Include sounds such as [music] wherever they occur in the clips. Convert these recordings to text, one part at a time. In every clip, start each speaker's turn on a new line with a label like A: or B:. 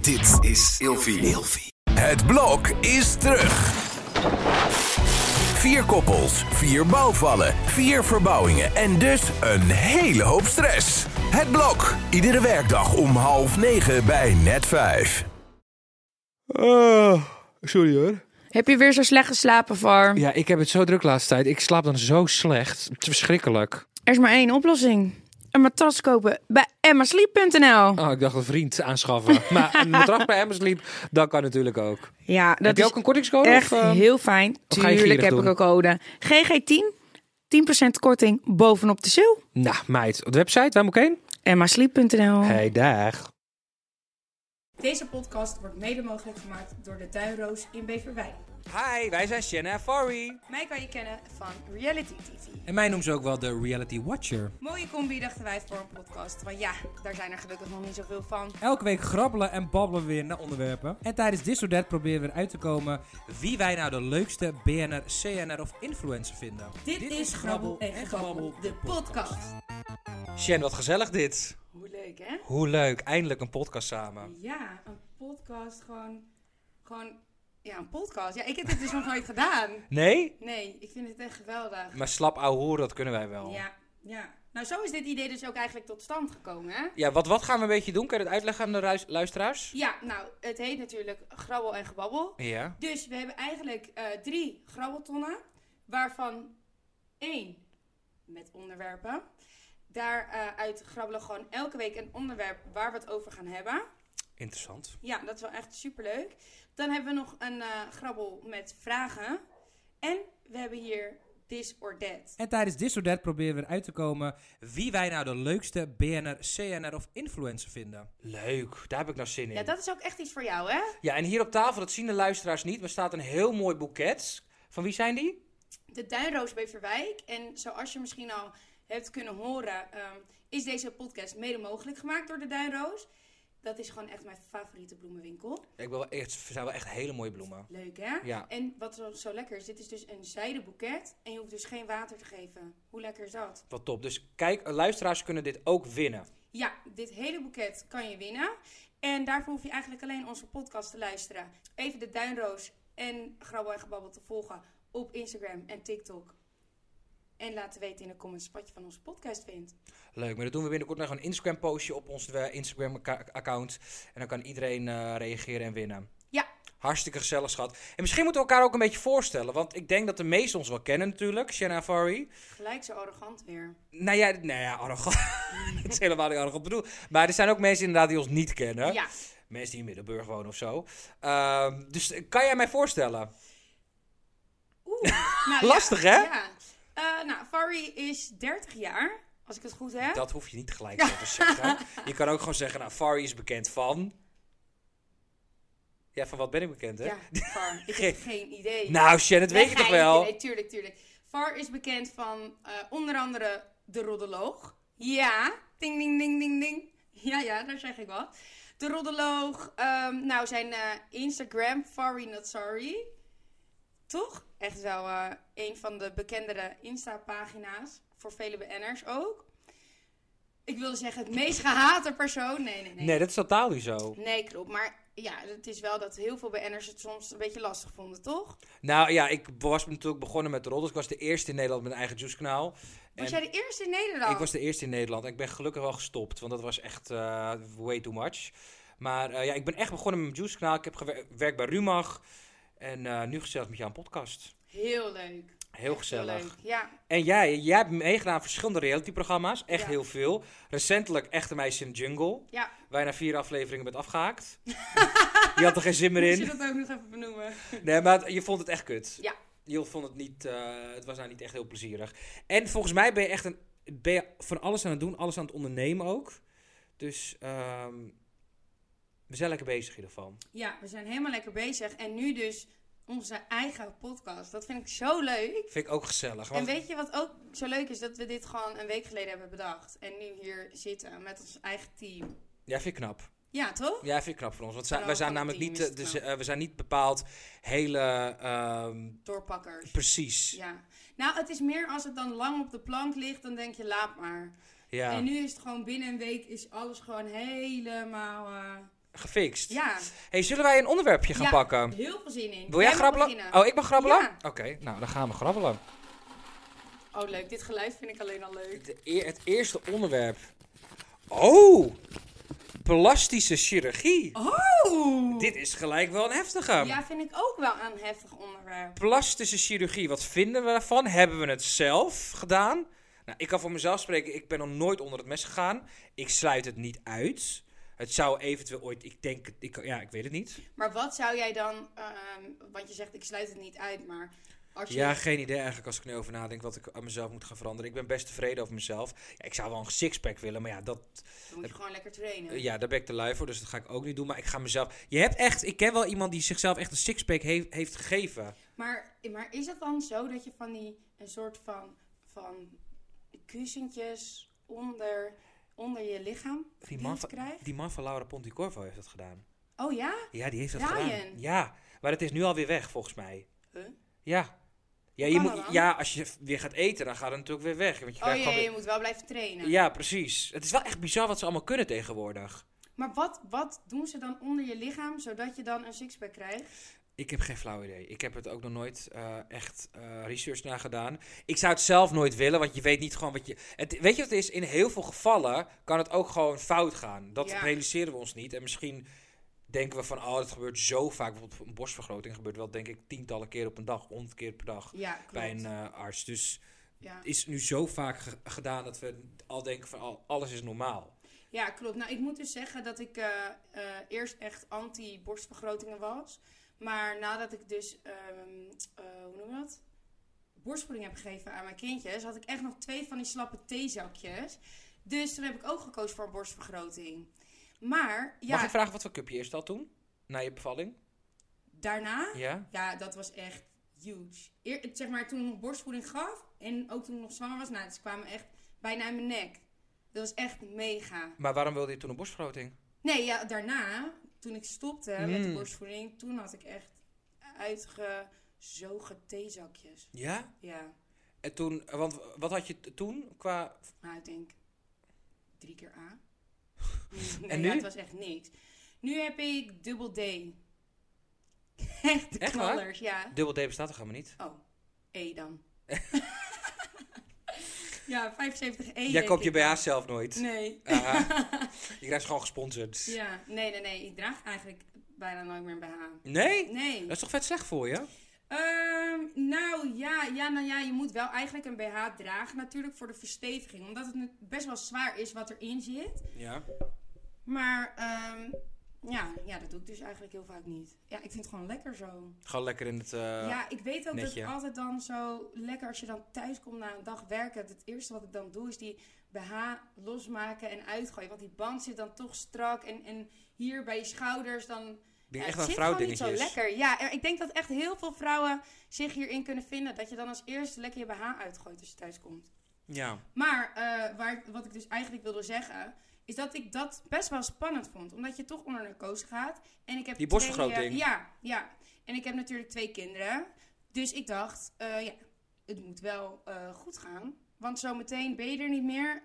A: Dit is Ilfie. Het blok is terug. Vier koppels, vier bouwvallen, vier verbouwingen en dus een hele hoop stress. Het blok, iedere werkdag om half negen bij net vijf.
B: Ah, sorry hoor.
C: Heb je weer zo slecht geslapen, Var?
D: Ja, ik heb het zo druk de laatste tijd. Ik slaap dan zo slecht. Het is verschrikkelijk.
C: Er is maar één oplossing. Een matras kopen bij emmasleep.nl.
D: Oh, ik dacht een
B: [laughs]
D: vriend aanschaffen. maar een matras bij Amazon Sleep, dat kan natuurlijk ook.
C: Ja, dat
D: heb je
C: is
D: ook een kortingscode?
C: echt
D: of, eh,
C: heel fijn.
D: of ga je
C: Tuurlijk
D: gierig
C: heb
D: doen?
C: ik een code. GG10, 10% korting bovenop de sale.
D: Nou, meid. Op de website, waar moet ik heen?
C: emmasleep.nl.
B: Oh.
D: Hey, dag.
E: Deze podcast wordt mede mogelijk gemaakt door de Tuinroos in Beverwijk.
D: Hi, wij zijn Shanna en Fari.
E: Mij kan je kennen van Reality TV.
D: En mij noemen ze ook wel de Reality Watcher.
E: Mooie combi dachten wij voor een podcast. Want ja, daar zijn er gelukkig nog niet zoveel van.
D: Elke week grabbelen en babbelen we weer naar onderwerpen. En tijdens Disordet proberen we eruit te komen wie wij nou de leukste BNR, CNR of influencer vinden.
E: Dit, is Grabbel en Grabbel, de podcast.
D: Shen, wat gezellig dit.
E: Hoe leuk hè?
D: Hoe leuk, eindelijk een podcast samen.
E: Ja, een podcast gewoon... Gewoon... Ja, een podcast. Ja, ik heb dit dus nog nooit gedaan.
D: Nee?
E: Nee, ik vind het echt geweldig.
D: Maar slap ouwe hoer, dat kunnen wij wel.
E: Ja, ja. Nou, zo is dit idee dus ook eigenlijk tot stand gekomen hè?
D: Ja, wat, wat gaan we een beetje doen? Kan je dat uitleggen aan de ruis- luisteraars?
E: Ja, nou, het heet natuurlijk Grabbel en Gebabbel.
D: Ja.
E: Dus we hebben eigenlijk eh, drie grabbeltonnen, waarvan één met onderwerpen. Daaruit grabbelen we gewoon elke week een onderwerp waar we het over gaan hebben.
D: Interessant.
E: Ja, dat is wel echt superleuk. Dan hebben we nog een eh, grabbel met vragen. En we hebben hier This or That.
D: En tijdens Disordet proberen we eruit te komen wie wij nou de leukste BNR, CNR of influencer vinden. Leuk, daar heb ik nou zin in.
E: Ja, dat is ook echt iets voor jou, hè?
D: Ja, en hier op tafel, dat zien de luisteraars niet, maar staat een heel mooi boeket. Van wie zijn die?
E: De Duinroos Beverwijk. En zoals je misschien al hebt kunnen horen, ehm, is deze podcast mede mogelijk gemaakt door de Duinroos. Dat is gewoon echt mijn favoriete bloemenwinkel.
D: Ik wil wel echt, ze zijn wel echt hele mooie bloemen.
E: Leuk hè?
D: Ja.
E: En wat zo, zo lekker is, dit is dus een zijden boeket en je hoeft dus geen water te geven. Hoe lekker is dat?
D: Wat top. Dus kijk, luisteraars kunnen dit ook winnen.
E: Ja, dit hele boeket kan je winnen. En daarvoor hoef je eigenlijk alleen onze podcast te luisteren. Even de Duinroos en Grabbel en Gebabbel te volgen op Instagram en TikTok. En laten weten in de comments wat je van onze podcast vindt.
D: Leuk, maar dat doen we binnenkort nog een Instagram postje op ons eh, Instagram acca- account. En dan kan iedereen eh, reageren en winnen.
E: Ja.
D: Hartstikke gezellig, schat. En misschien moeten we elkaar ook een beetje voorstellen. Want ik denk dat de meesten ons wel kennen natuurlijk. Shanna Fari.
E: Gelijk zo arrogant weer.
D: Nou ja, nou ja arrogant. [laughs] dat is helemaal niet arrogant bedoeld. Maar er zijn ook mensen inderdaad die ons niet kennen.
E: Ja.
D: Mensen die in Middelburg wonen of zo. Ehm, dus eh, kan jij mij voorstellen?
E: Oeh. Nou, ja.
D: [laughs] Lastig, hè?
E: Ja. Eh, nou, Fari is 30 jaar, als ik het goed heb.
D: Dat hoef je niet gelijk zo te zeggen. Je kan ook gewoon zeggen, nou, Fari is bekend van... Ja, van wat ben ik bekend, hè?
E: Ja, Far.
D: [laughs]
E: Ik heb geen idee.
D: Nou, Shen, dat weet je toch wel?
E: Nee, tuurlijk, tuurlijk. Far is bekend van eh, onder andere De Roddeloog. Ja, ding, ding, ding, ding, ding. Ja, ja, daar zeg ik wat. De Roddeloog, ehm, nou zijn eh, Instagram, Fari Not Sorry. Toch? Echt wel eh, een van de bekendere Insta-pagina's. Voor vele BN'ers ook. Ik wilde zeggen, het meest gehate persoon. Nee, nee, nee.
D: Nee, dat is totaal niet zo.
E: Nee, klopt. Maar ja, het is wel dat heel veel BN'ers het soms een beetje lastig vonden, toch?
D: Nou ja, ik was natuurlijk begonnen met roddels. Ik was de eerste in Nederland met een eigen juicekanaal.
E: Was
D: En
E: jij de eerste in Nederland?
D: Ik was de eerste in Nederland. En ik ben gelukkig wel gestopt, want dat was echt eh, way too much. Maar eh, ja, ik ben echt begonnen met mijn juicekanaal. Ik heb gewerkt bij Rumach. En eh, nu gezellig met jou een podcast.
E: Heel leuk.
D: Heel
E: Heel
D: gezellig.
E: leuk. Ja,
D: En jij, jij hebt meegedaan aan verschillende realityprogramma's. Echt
E: Ja.
D: heel veel. Recentelijk Echte Meisje in de Jungle.
E: ja.
D: Waar je na vier afleveringen bent
E: [laughs]
D: afgehaakt. je had er geen zin meer
E: Moet je
D: in.
E: dat ook nog even benoemen?
D: Nee, maar je vond het echt kut.
E: Ja.
D: Je vond het niet, eh, het was nou niet echt heel plezierig. En volgens mij ben je echt een, ben je van alles aan het doen, alles aan het ondernemen ook. Dus ehm, we zijn lekker bezig in ieder geval.
E: Ja, we zijn helemaal lekker bezig. En nu dus onze eigen podcast. Dat vind ik zo leuk.
D: Vind ik ook gezellig.
E: En
D: Want
E: weet je wat ook zo leuk is? Dat we dit gewoon een week geleden hebben bedacht. En nu hier zitten met ons eigen team.
D: Ja, vind ik knap.
E: Ja, toch?
D: Ja, vind ik knap voor ons. Want zij-
E: Vrouwen
D: wij zijn
E: van
D: namelijk
E: het team
D: niet, eh,
E: is het
D: dus,
E: knap.
D: eh, we zijn niet bepaald hele, ehm,
E: Doorpakkers.
D: precies. Ja.
E: Ja. Nou, het is meer als het dan lang op de plank ligt, dan denk je laat maar. En nu is het gewoon binnen een week is alles gewoon helemaal. eh,
D: Gefixt.
E: Ja,
D: Hey, zullen wij een onderwerpje gaan
E: Ja.
D: pakken?
E: heel veel zin in.
D: Wil jij
E: mag
D: grabbelen?
E: beginnen.
D: Oh, ik mag grabbelen?
E: Ja.
D: Oké, nou dan gaan we grabbelen.
E: Oh, leuk. Dit geluid vind ik alleen al leuk.
D: Het, e- het eerste onderwerp. Oh! Plastische chirurgie.
E: Oeh.
D: Dit is gelijk wel een heftige.
E: Oh. Ja, vind ik ook wel een heftig onderwerp.
D: Plastische chirurgie, wat vinden we daarvan? Hebben we het zelf gedaan? Nou, ik kan voor mezelf spreken, ik ben nog nooit onder het mes gegaan. Ik sluit het niet uit. Het zou eventueel ooit, ik denk, het- ik, ja, ik weet het niet.
E: Maar wat zou jij dan... ehm, want je zegt, ik sluit het niet uit, maar... Als je,
D: Ja, geen idee eigenlijk als ik er nu over nadenk wat ik aan mezelf moet gaan veranderen. Ik ben best tevreden over mezelf. Ja, ik zou wel een sixpack willen, maar ja, dat,
E: dan moet je gewoon lekker trainen.
D: ja, daar ben ik te lui voor, dus dat ga ik ook niet doen. Maar ik ga mezelf... Je hebt echt, ik ken wel iemand die zichzelf echt een sixpack heeft, heeft gegeven.
E: Maar, maar is het dan zo dat je van die... Een soort van... Van kussentjes onder, onder je lichaam
D: Die man,
E: geduwd
D: van,
E: krijgt?
D: die man van Laura Ponticorvo heeft dat gedaan.
E: Oh ja?
D: Ja, die heeft dat
E: Ryan.
D: gedaan. Ja, maar het is nu alweer weg volgens mij.
E: Huh?
D: Ja. Ja,
E: Hoe
D: je
E: kan
D: moet,
E: dat dan?
D: ja, als je f- weer gaat eten, dan gaat het natuurlijk weer weg. Want je
E: Oh
D: krijgt
E: jee,
D: gewoon
E: je moet wel blijven trainen.
D: weer- Ja, precies. Het is wel echt bizar wat ze allemaal kunnen tegenwoordig.
E: Maar wat, wat doen ze dan onder je lichaam, zodat je dan een sixpack krijgt?
D: Ik heb geen flauw idee. Ik heb het ook nog nooit eh, echt eh, research naar gedaan. Ik zou het zelf nooit willen, want je weet niet gewoon wat je... Het, weet je wat het is? In heel veel gevallen kan het ook gewoon fout gaan. Dat
E: Ja.
D: realiseren we ons niet. En misschien denken we van, oh, het gebeurt zo vaak. Bijvoorbeeld een borstvergroting gebeurt wel, denk ik, tientallen keer op een dag. Honderd keer per dag.
E: Ja, klopt.
D: bij een eh, arts. Dus
E: ja.
D: het is nu zo vaak ge- gedaan dat we al denken van al, alles is normaal.
E: ja, klopt. Nou, ik moet dus zeggen dat ik eh, eh, eerst echt anti-borstvergrotingen was. Maar nadat ik dus, ehm, eh, hoe noem je dat? Borstvoeding heb gegeven aan mijn kindjes, had ik echt nog twee van die slappe theezakjes. Dus toen heb ik ook gekozen voor een borstvergroting. Maar ja,
D: Mag ik vragen wat voor cup je eerst had toen? Na je bevalling?
E: daarna
D: Ja?
E: Ja, dat was echt huge. Eer, zeg maar, toen ik nog borstvoeding gaf en ook toen ik nog zwanger was, nou, ze kwamen echt bijna in mijn nek. Dat was echt mega.
D: Maar waarom wilde je toen een borstvergroting?
E: Nee, ja, daarna, toen ik stopte met de
D: Mm.
E: borstvoeding, toen had ik echt uitgezogen theezakjes.
D: Ja?
E: Ja,
D: En toen, want wat had je t- toen qua...
E: nou, ik denk drie keer
D: [laughs]
E: A. nee,
D: En
E: ja,
D: nu?
E: het was echt niks. Nu heb ik dubbel D. [laughs] echt de
D: Echt waar?
E: knallers, ja.
D: Dubbel D bestaat toch helemaal niet?
E: Oh, E dan. [laughs] ja, 75 E.
D: Jij
E: denk
D: koopt je
E: ik
D: BH
E: dan.
D: zelf nooit. [laughs]
E: Nee.
D: Ah, je krijgt ze gewoon gesponsord.
E: [laughs] ja, nee, nee, nee. Ik draag eigenlijk bijna nooit meer een BH.
D: Nee?
E: Nee.
D: Dat is toch vet slecht voor je?
E: Ehm, nou ja, ja, nou ja, je moet wel eigenlijk een BH dragen. Natuurlijk voor de versteviging. Omdat het nu best wel zwaar is wat erin zit.
D: Ja.
E: Maar ehm, ja, ja, dat doe ik dus eigenlijk heel vaak niet. Ja, ik vind het gewoon lekker zo.
D: Gewoon lekker in het... eh,
E: Ja, ik weet ook dat
D: netje.
E: het altijd dan zo lekker als je dan thuis komt na een dag werken. Het eerste wat ik dan doe is die BH losmaken en uitgooien. Want die band zit dan toch strak en, en hier bij je schouders dan...
D: Ding-
E: Ja,
D: echt
E: het
D: een
E: zit gewoon niet
D: vrouwdingetje
E: zo
D: is.
E: lekker. Ja, en ik denk dat echt heel veel vrouwen zich hierin kunnen vinden. Dat je dan als eerste lekker je BH uitgooit als je thuis komt.
D: Ja.
E: Maar eh, waar, wat ik dus eigenlijk wilde zeggen, is dat ik dat best wel spannend vond. Omdat je toch onder narcose gaat. En ik heb
D: Die
E: twee,
D: borstvergroting.
E: eh, ja, ja. En ik heb natuurlijk twee kinderen. Dus ik dacht, eh, ja, het moet wel eh, goed gaan. Want zometeen ben je er niet meer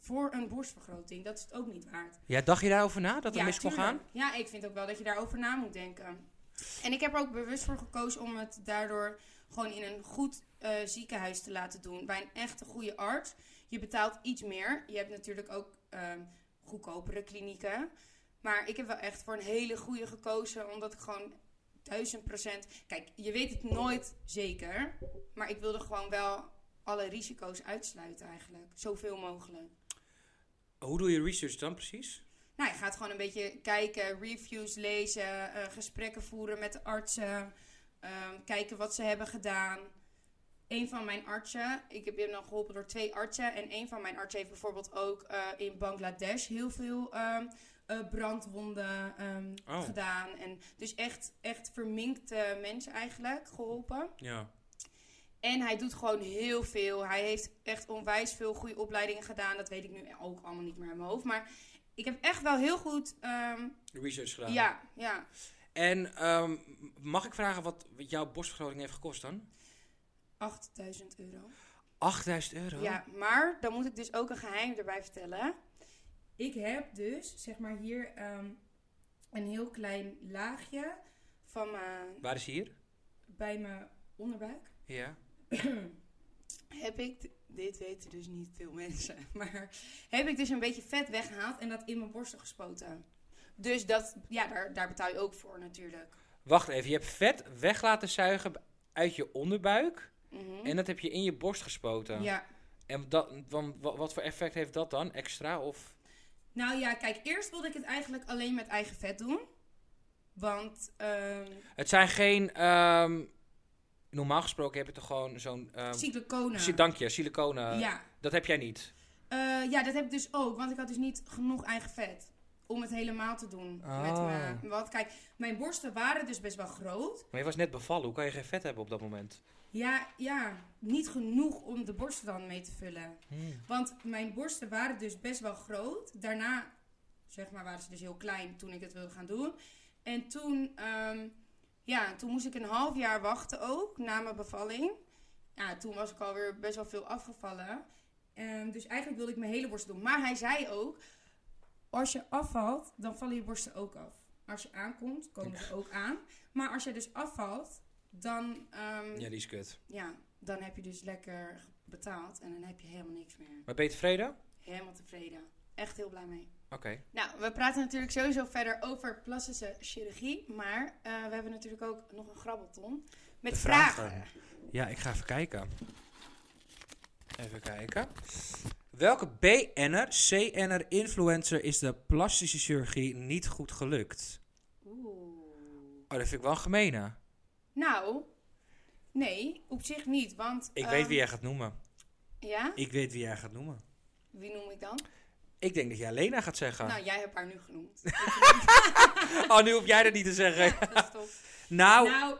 E: voor een borstvergroting. Dat is het ook niet waard.
D: Ja, dacht je daarover na? Dat het
E: ja,
D: mis kon
E: tuurlijk.
D: gaan?
E: Ja, ik vind ook wel dat je daarover na moet denken. En ik heb er ook bewust voor gekozen om het daardoor gewoon in een goed eh, ziekenhuis te laten doen. Bij een echte goede arts. Je betaalt iets meer. Je hebt natuurlijk ook ehm, goedkopere klinieken. Maar ik heb wel echt voor een hele goede gekozen. Omdat ik gewoon duizend procent... Kijk, je weet het nooit zeker. Maar ik wilde gewoon wel alle risico's uitsluiten eigenlijk. Zoveel mogelijk.
D: Hoe doe je research dan precies?
E: Nou, je gaat gewoon een beetje kijken, reviews lezen, eh, gesprekken voeren met de artsen, ehm, kijken wat ze hebben gedaan. Een van mijn artsen, ik heb hem dan geholpen door twee artsen. En een van mijn artsen heeft bijvoorbeeld ook eh, in Bangladesh heel veel ehm, eh, brandwonden ehm,
D: Oh.
E: gedaan. En dus echt, echt verminkte mensen eigenlijk geholpen.
D: Ja.
E: En hij doet gewoon heel veel. Hij heeft echt onwijs veel goede opleidingen gedaan. Dat weet ik nu ook allemaal niet meer in mijn hoofd. Maar ik heb echt wel heel goed. ehm,
D: Research gedaan.
E: ja, ja.
D: En ehm, mag ik vragen wat jouw borstvergroting heeft gekost dan?
E: 8000 euro.
D: 8000 euro?
E: Ja, maar dan moet ik dus ook een geheim erbij vertellen. Ik heb dus, zeg maar hier, ehm, een heel klein laagje van mijn,
D: Waar is hier?
E: bij mijn onderbuik.
D: Ja.
E: Heb ik, d- dit weten dus niet veel mensen, [laughs] maar heb ik dus een beetje vet weggehaald en dat in mijn borstel gespoten. Dus dat, ja, daar, daar betaal je ook voor natuurlijk.
D: Wacht even, je hebt vet weg laten zuigen b- uit je onderbuik.
E: Mhm.
D: En dat heb je in je borst gespoten.
E: Ja.
D: En dat, wan- wa- wat voor effect heeft dat dan? Extra of...
E: Nou ja, kijk, eerst wilde ik het eigenlijk alleen met eigen vet doen. Want, ehm
D: Het zijn geen... ehm, normaal gesproken heb je toch gewoon zo'n... ehm,
E: siliconen.
D: si- Dank je, siliconen.
E: Ja.
D: Dat heb jij niet.
E: Eh, ja, dat heb ik dus ook. Want ik had dus niet genoeg eigen vet. Om het helemaal te doen. Met
D: Ah.
E: mijn, want kijk, mijn borsten waren dus best wel groot.
D: Maar je was net bevallen. Hoe kan je geen vet hebben op dat moment?
E: Ja, ja, niet genoeg om de borsten dan mee te vullen. Want mijn borsten waren dus best wel groot. Daarna, zeg maar, waren ze dus heel klein toen ik het wilde gaan doen. En toen, ehm, ja, toen moest ik een half jaar wachten ook, na mijn bevalling. Ja, toen was ik alweer best wel veel afgevallen. Ehm, dus eigenlijk wilde ik mijn hele borst doen. Maar hij zei ook, als je afvalt, dan vallen je borsten ook af. Als je aankomt, komen ze ook aan. Maar als je dus afvalt, dan... ehm,
D: Ja, die is kut.
E: ja, dan heb je dus lekker betaald en dan heb je helemaal niks meer.
D: Maar ben je tevreden? Oké.
E: Helemaal tevreden. Echt heel blij mee. Nou, we praten natuurlijk sowieso verder over plastische chirurgie. Maar eh, we hebben natuurlijk ook nog een grabbelton met vragen.
D: Ja, ik ga even kijken. Even kijken. Welke BN'er, CN'er, influencer is de plastische chirurgie niet goed gelukt?
E: Oeh.
D: Oh, dat vind ik wel een gemene.
E: Nou, nee, op zich niet. Want.
D: Ik
E: ehm,
D: weet wie jij gaat noemen.
E: Ja,
D: Ik weet wie jij gaat noemen.
E: wie noem ik dan?
D: Ik denk dat jij Lena gaat zeggen. [laughs]
E: Nou, jij hebt haar nu genoemd.
D: Oh, nu hoef jij dat niet te zeggen.
E: dat is top.
D: Nou,
E: Nou,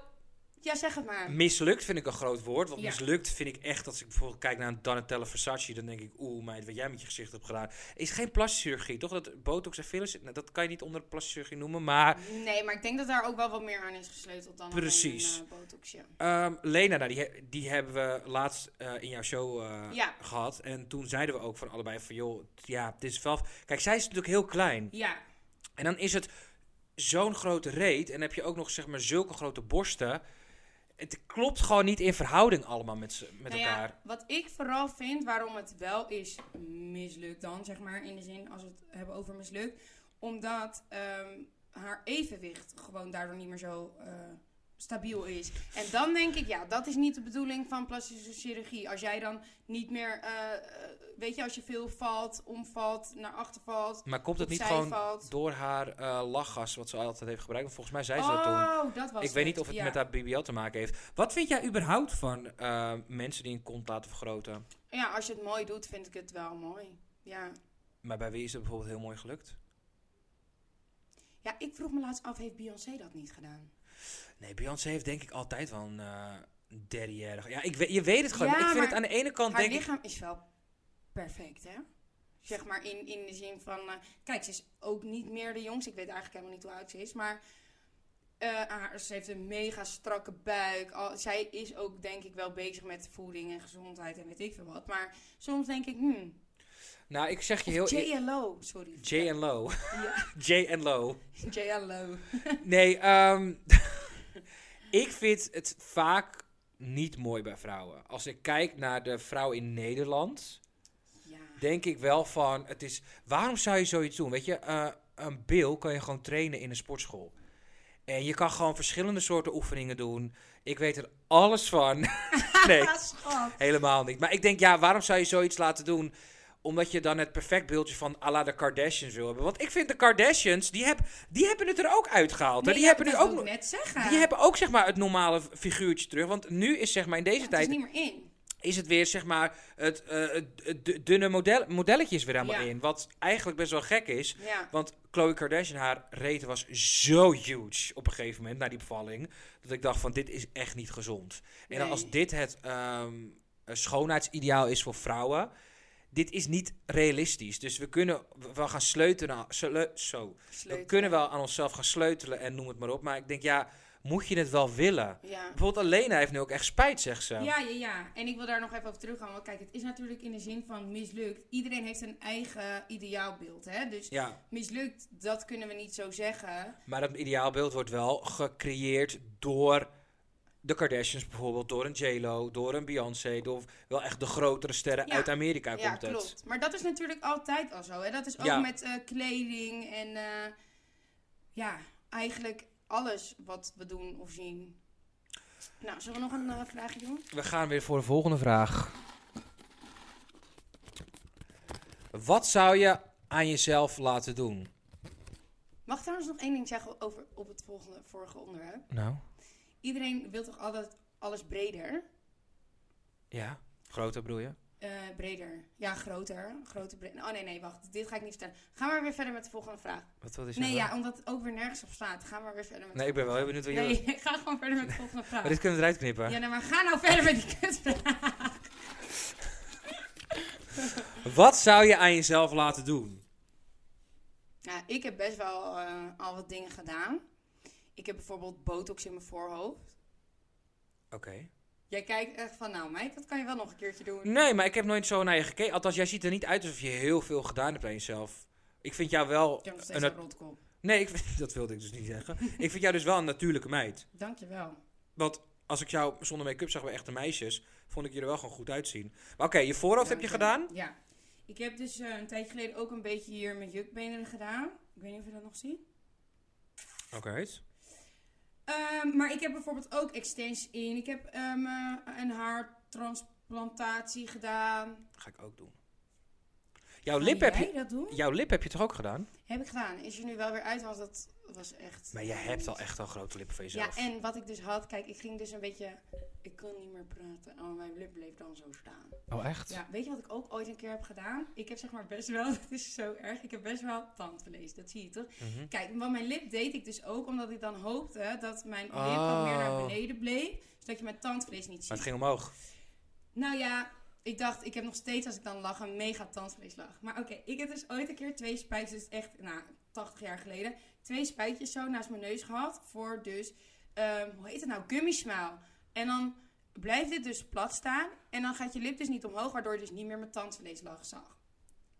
E: ja, zeg het maar.
D: mislukt vind ik een groot woord. Want
E: Ja.
D: mislukt vind ik echt, als ik bijvoorbeeld kijk naar een Donatella Versace, dan denk ik, oeh meid, wat jij met je gezicht hebt gedaan. Is geen plastische chirurgie, toch? Dat botox en fillers, nou, dat kan je niet onder plastische chirurgie noemen. Maar
E: Nee, maar ik denk dat daar ook wel wat meer aan is gesleuteld dan alleen
D: Precies.
E: een eh, botoxje.
D: Ehm, Lena, nou, die, he- die hebben we laatst eh, in jouw show eh,
E: Ja.
D: gehad. En toen zeiden we ook van allebei van, joh, t- ja, het is wel... Kijk, zij is natuurlijk heel klein.
E: Ja,
D: En dan is het zo'n grote reet. En dan heb je ook nog, zeg maar, zulke grote borsten. Het klopt gewoon niet in verhouding allemaal met, z'n- met
E: Nou ja,
D: elkaar.
E: wat ik vooral vind waarom het wel is mislukt dan, zeg maar, in de zin als we het hebben over mislukt, omdat ehm, haar evenwicht gewoon daardoor niet meer zo eh, stabiel is. En dan denk ik, ja, dat is niet de bedoeling van plastische chirurgie. Als jij dan niet meer, eh, eh, weet je, als je veel valt, omvalt, naar achter valt.
D: Maar komt het niet
E: opzij
D: gewoon
E: valt.
D: door haar eh, lachgas, wat ze altijd heeft gebruikt? Want volgens mij zei ze dat toen.
E: Oh, dat was
D: Ik weet niet
E: het,
D: of het
E: ja.
D: met haar BBL te maken heeft. Wat vind jij überhaupt van eh, mensen die een kont laten vergroten?
E: Ja, als je het mooi doet, vind ik het wel mooi. Ja.
D: Maar bij wie is het bijvoorbeeld heel mooi gelukt?
E: ja, ik vroeg me laatst af, heeft Beyoncé dat niet gedaan?
D: Nee, Beyoncé heeft denk ik altijd wel een eh derrière. Ja, ik weet, je weet het gewoon.
E: Ja,
D: ik vind
E: maar
D: het aan de ene kant
E: Haar
D: denk ik...
E: lichaam is wel perfect, hè? Zeg maar in, in de zin van... eh, kijk, ze is ook niet meer de jongste. Ik weet eigenlijk helemaal niet hoe oud ze is, maar... eh, haar, ze heeft een mega strakke buik. Al, zij is ook, denk ik, wel bezig met voeding en gezondheid en weet ik veel wat. Maar soms denk ik, hmm...
D: Nou, ik zeg je heel...
E: Of JLO, sorry.
D: J en Low.
E: Ja,
D: [laughs] J en Low.
E: JLO.
D: Nee, ehm, [laughs] ik vind het vaak niet mooi bij vrouwen. Als ik kijk naar de vrouw in Nederland...
E: Ja.
D: denk ik wel van, het is, waarom zou je zoiets doen? Weet je, eh, een bil kan je gewoon trainen in een sportschool. En je kan gewoon verschillende soorten oefeningen doen. Ik weet er alles van. [laughs]
E: [laughs]
D: nee,
E: Schat.
D: helemaal niet. Maar ik denk, ja, waarom zou je zoiets laten doen? Omdat je dan het perfect beeldje van à la de Kardashians wil hebben. Want ik vind de Kardashians, die, heb, die hebben het er ook uitgehaald. hè?
E: Nee,
D: die
E: ja,
D: hebben nu
E: dat
D: ook,
E: wil ik
D: nog-
E: net zeggen.
D: die hebben ook zeg maar het normale figuurtje terug. Want nu is zeg maar in deze
E: Ja, het
D: tijd
E: is niet meer in.
D: is het weer, zeg maar, het, eh, het- het du- dunne model, modelletje is weer helemaal
E: Ja.
D: in. Wat eigenlijk best wel gek is.
E: Ja.
D: Want Khloe Kardashian, haar reet was zo huge op een gegeven moment, na die bevalling. Dat ik dacht van, dit is echt niet gezond. En dan
E: Nee.
D: als dit het ehm, een schoonheidsideaal is voor vrouwen... Dit is niet realistisch. Dus we kunnen we- we gaan sleutelen. aan- sle- zo. We
E: Sleutelen.
D: kunnen wel aan onszelf gaan sleutelen en noem het maar op. Maar ik denk, ja, moet je het wel willen?
E: Ja.
D: Bijvoorbeeld Alena heeft nu ook echt spijt, zegt ze.
E: Ja, ja, ja. En ik wil daar nog even over teruggaan. Want kijk, het is natuurlijk in de zin van mislukt. Iedereen heeft een eigen ideaalbeeld, hè? Dus
D: Ja,
E: mislukt, dat kunnen we niet zo zeggen.
D: maar dat ideaalbeeld wordt wel gecreëerd door de Kardashians bijvoorbeeld, door een J-Lo, door een Beyoncé, door wel echt de grotere sterren
E: Ja.
D: uit Amerika
E: ja,
D: komt het.
E: klopt. Maar dat is natuurlijk altijd al zo, hè? Dat is ook
D: Ja.
E: met eh, kleding en eh, ja, eigenlijk alles wat we doen of zien. Nou, zullen we nog een eh, vraagje doen?
D: We gaan weer voor de volgende vraag. Wat zou je aan jezelf laten doen?
E: Mag ik trouwens nog één ding zeggen over op het volgende, vorige onderwerp?
D: Nou,
E: Iedereen wil toch altijd alles breder?
D: ja, groter bedoel je?
E: Eh, breder. Ja, groter. Groter, bre- Oh nee, nee, wacht. Dit ga ik niet vertellen. Ga maar weer verder met de volgende vraag.
D: Wat wil je
E: Nee,
D: zeggen?
E: ja, omdat het ook weer nergens op staat. Ga maar weer verder met
D: Nee, ik ben wel heel benieuwd wat je...
E: Nee, ik [laughs] ga gewoon verder met de volgende vraag.
D: Maar dit kunnen we eruit knippen.
E: Ja, nee, maar ga nou verder met die kutvraag.
D: Wat zou je aan jezelf laten doen?
E: Ja, ik heb best wel eh, al wat dingen gedaan. Ik heb bijvoorbeeld botox in mijn voorhoofd.
D: Oké.
E: Jij kijkt echt van, nou meid, dat kan je wel nog een keertje doen.
D: Nee, maar ik heb nooit zo naar je gekeken. Althans, jij ziet er niet uit alsof je heel veel gedaan hebt aan jezelf. Ik vind jou wel...
E: Ik heb nog
D: een
E: steeds
D: nat-
E: een rotkop.
D: nee, ik vind- [laughs] dat wilde ik dus niet zeggen. ik vind jou dus wel een natuurlijke meid.
E: Dankjewel.
D: Want als ik jou zonder make-up zag bij echte meisjes, vond ik je er wel gewoon goed uitzien. Maar oké, je voorhoofd heb je gedaan?
E: Ja. Ik heb dus eh, een tijdje geleden ook een beetje hier mijn jukbenen gedaan. Ik weet niet of je dat nog ziet.
D: Oké.
E: Ehm, maar ik heb bijvoorbeeld ook extensions in. Ik heb ehm, eh, een haartransplantatie gedaan.
D: Ga ik ook doen. Jouw
E: Kan
D: lip, heb
E: jij
D: je,
E: dat doen?
D: jouw lip heb je toch ook gedaan?
E: Heb ik gedaan. Is er nu wel weer uit, want dat was echt...
D: Maar jij hebt al echt al grote lippen van
E: Ja,
D: jezelf.
E: en wat ik dus had, kijk, ik ging dus een beetje... Ik kon niet meer praten. Oh, mijn lip bleef dan zo staan.
D: Oh, echt?
E: Ja, weet je wat ik ook ooit een keer heb gedaan? Ik heb zeg maar best wel, [laughs] dat is zo erg, ik heb best wel tandvlees, dat zie je toch?
D: Mhm.
E: Kijk, want mijn lip deed ik dus ook omdat ik dan hoopte dat mijn lip wat meer naar
D: Oh.
E: beneden bleef, zodat je mijn tandvlees niet
D: Maar
E: ziet.
D: het ging omhoog.
E: Nou ja, ik dacht, ik heb nog steeds als ik dan lag een mega tandvleeslag. Maar oké, ik heb dus ooit een keer twee spijkjes, dus echt, nou, 80 jaar geleden, twee spijkjes zo naast mijn neus gehad voor dus, ehm, hoe heet het nou, gummismaal. En dan blijft dit dus plat staan en dan gaat je lip dus niet omhoog, waardoor je dus niet meer mijn tandvleeslag zag.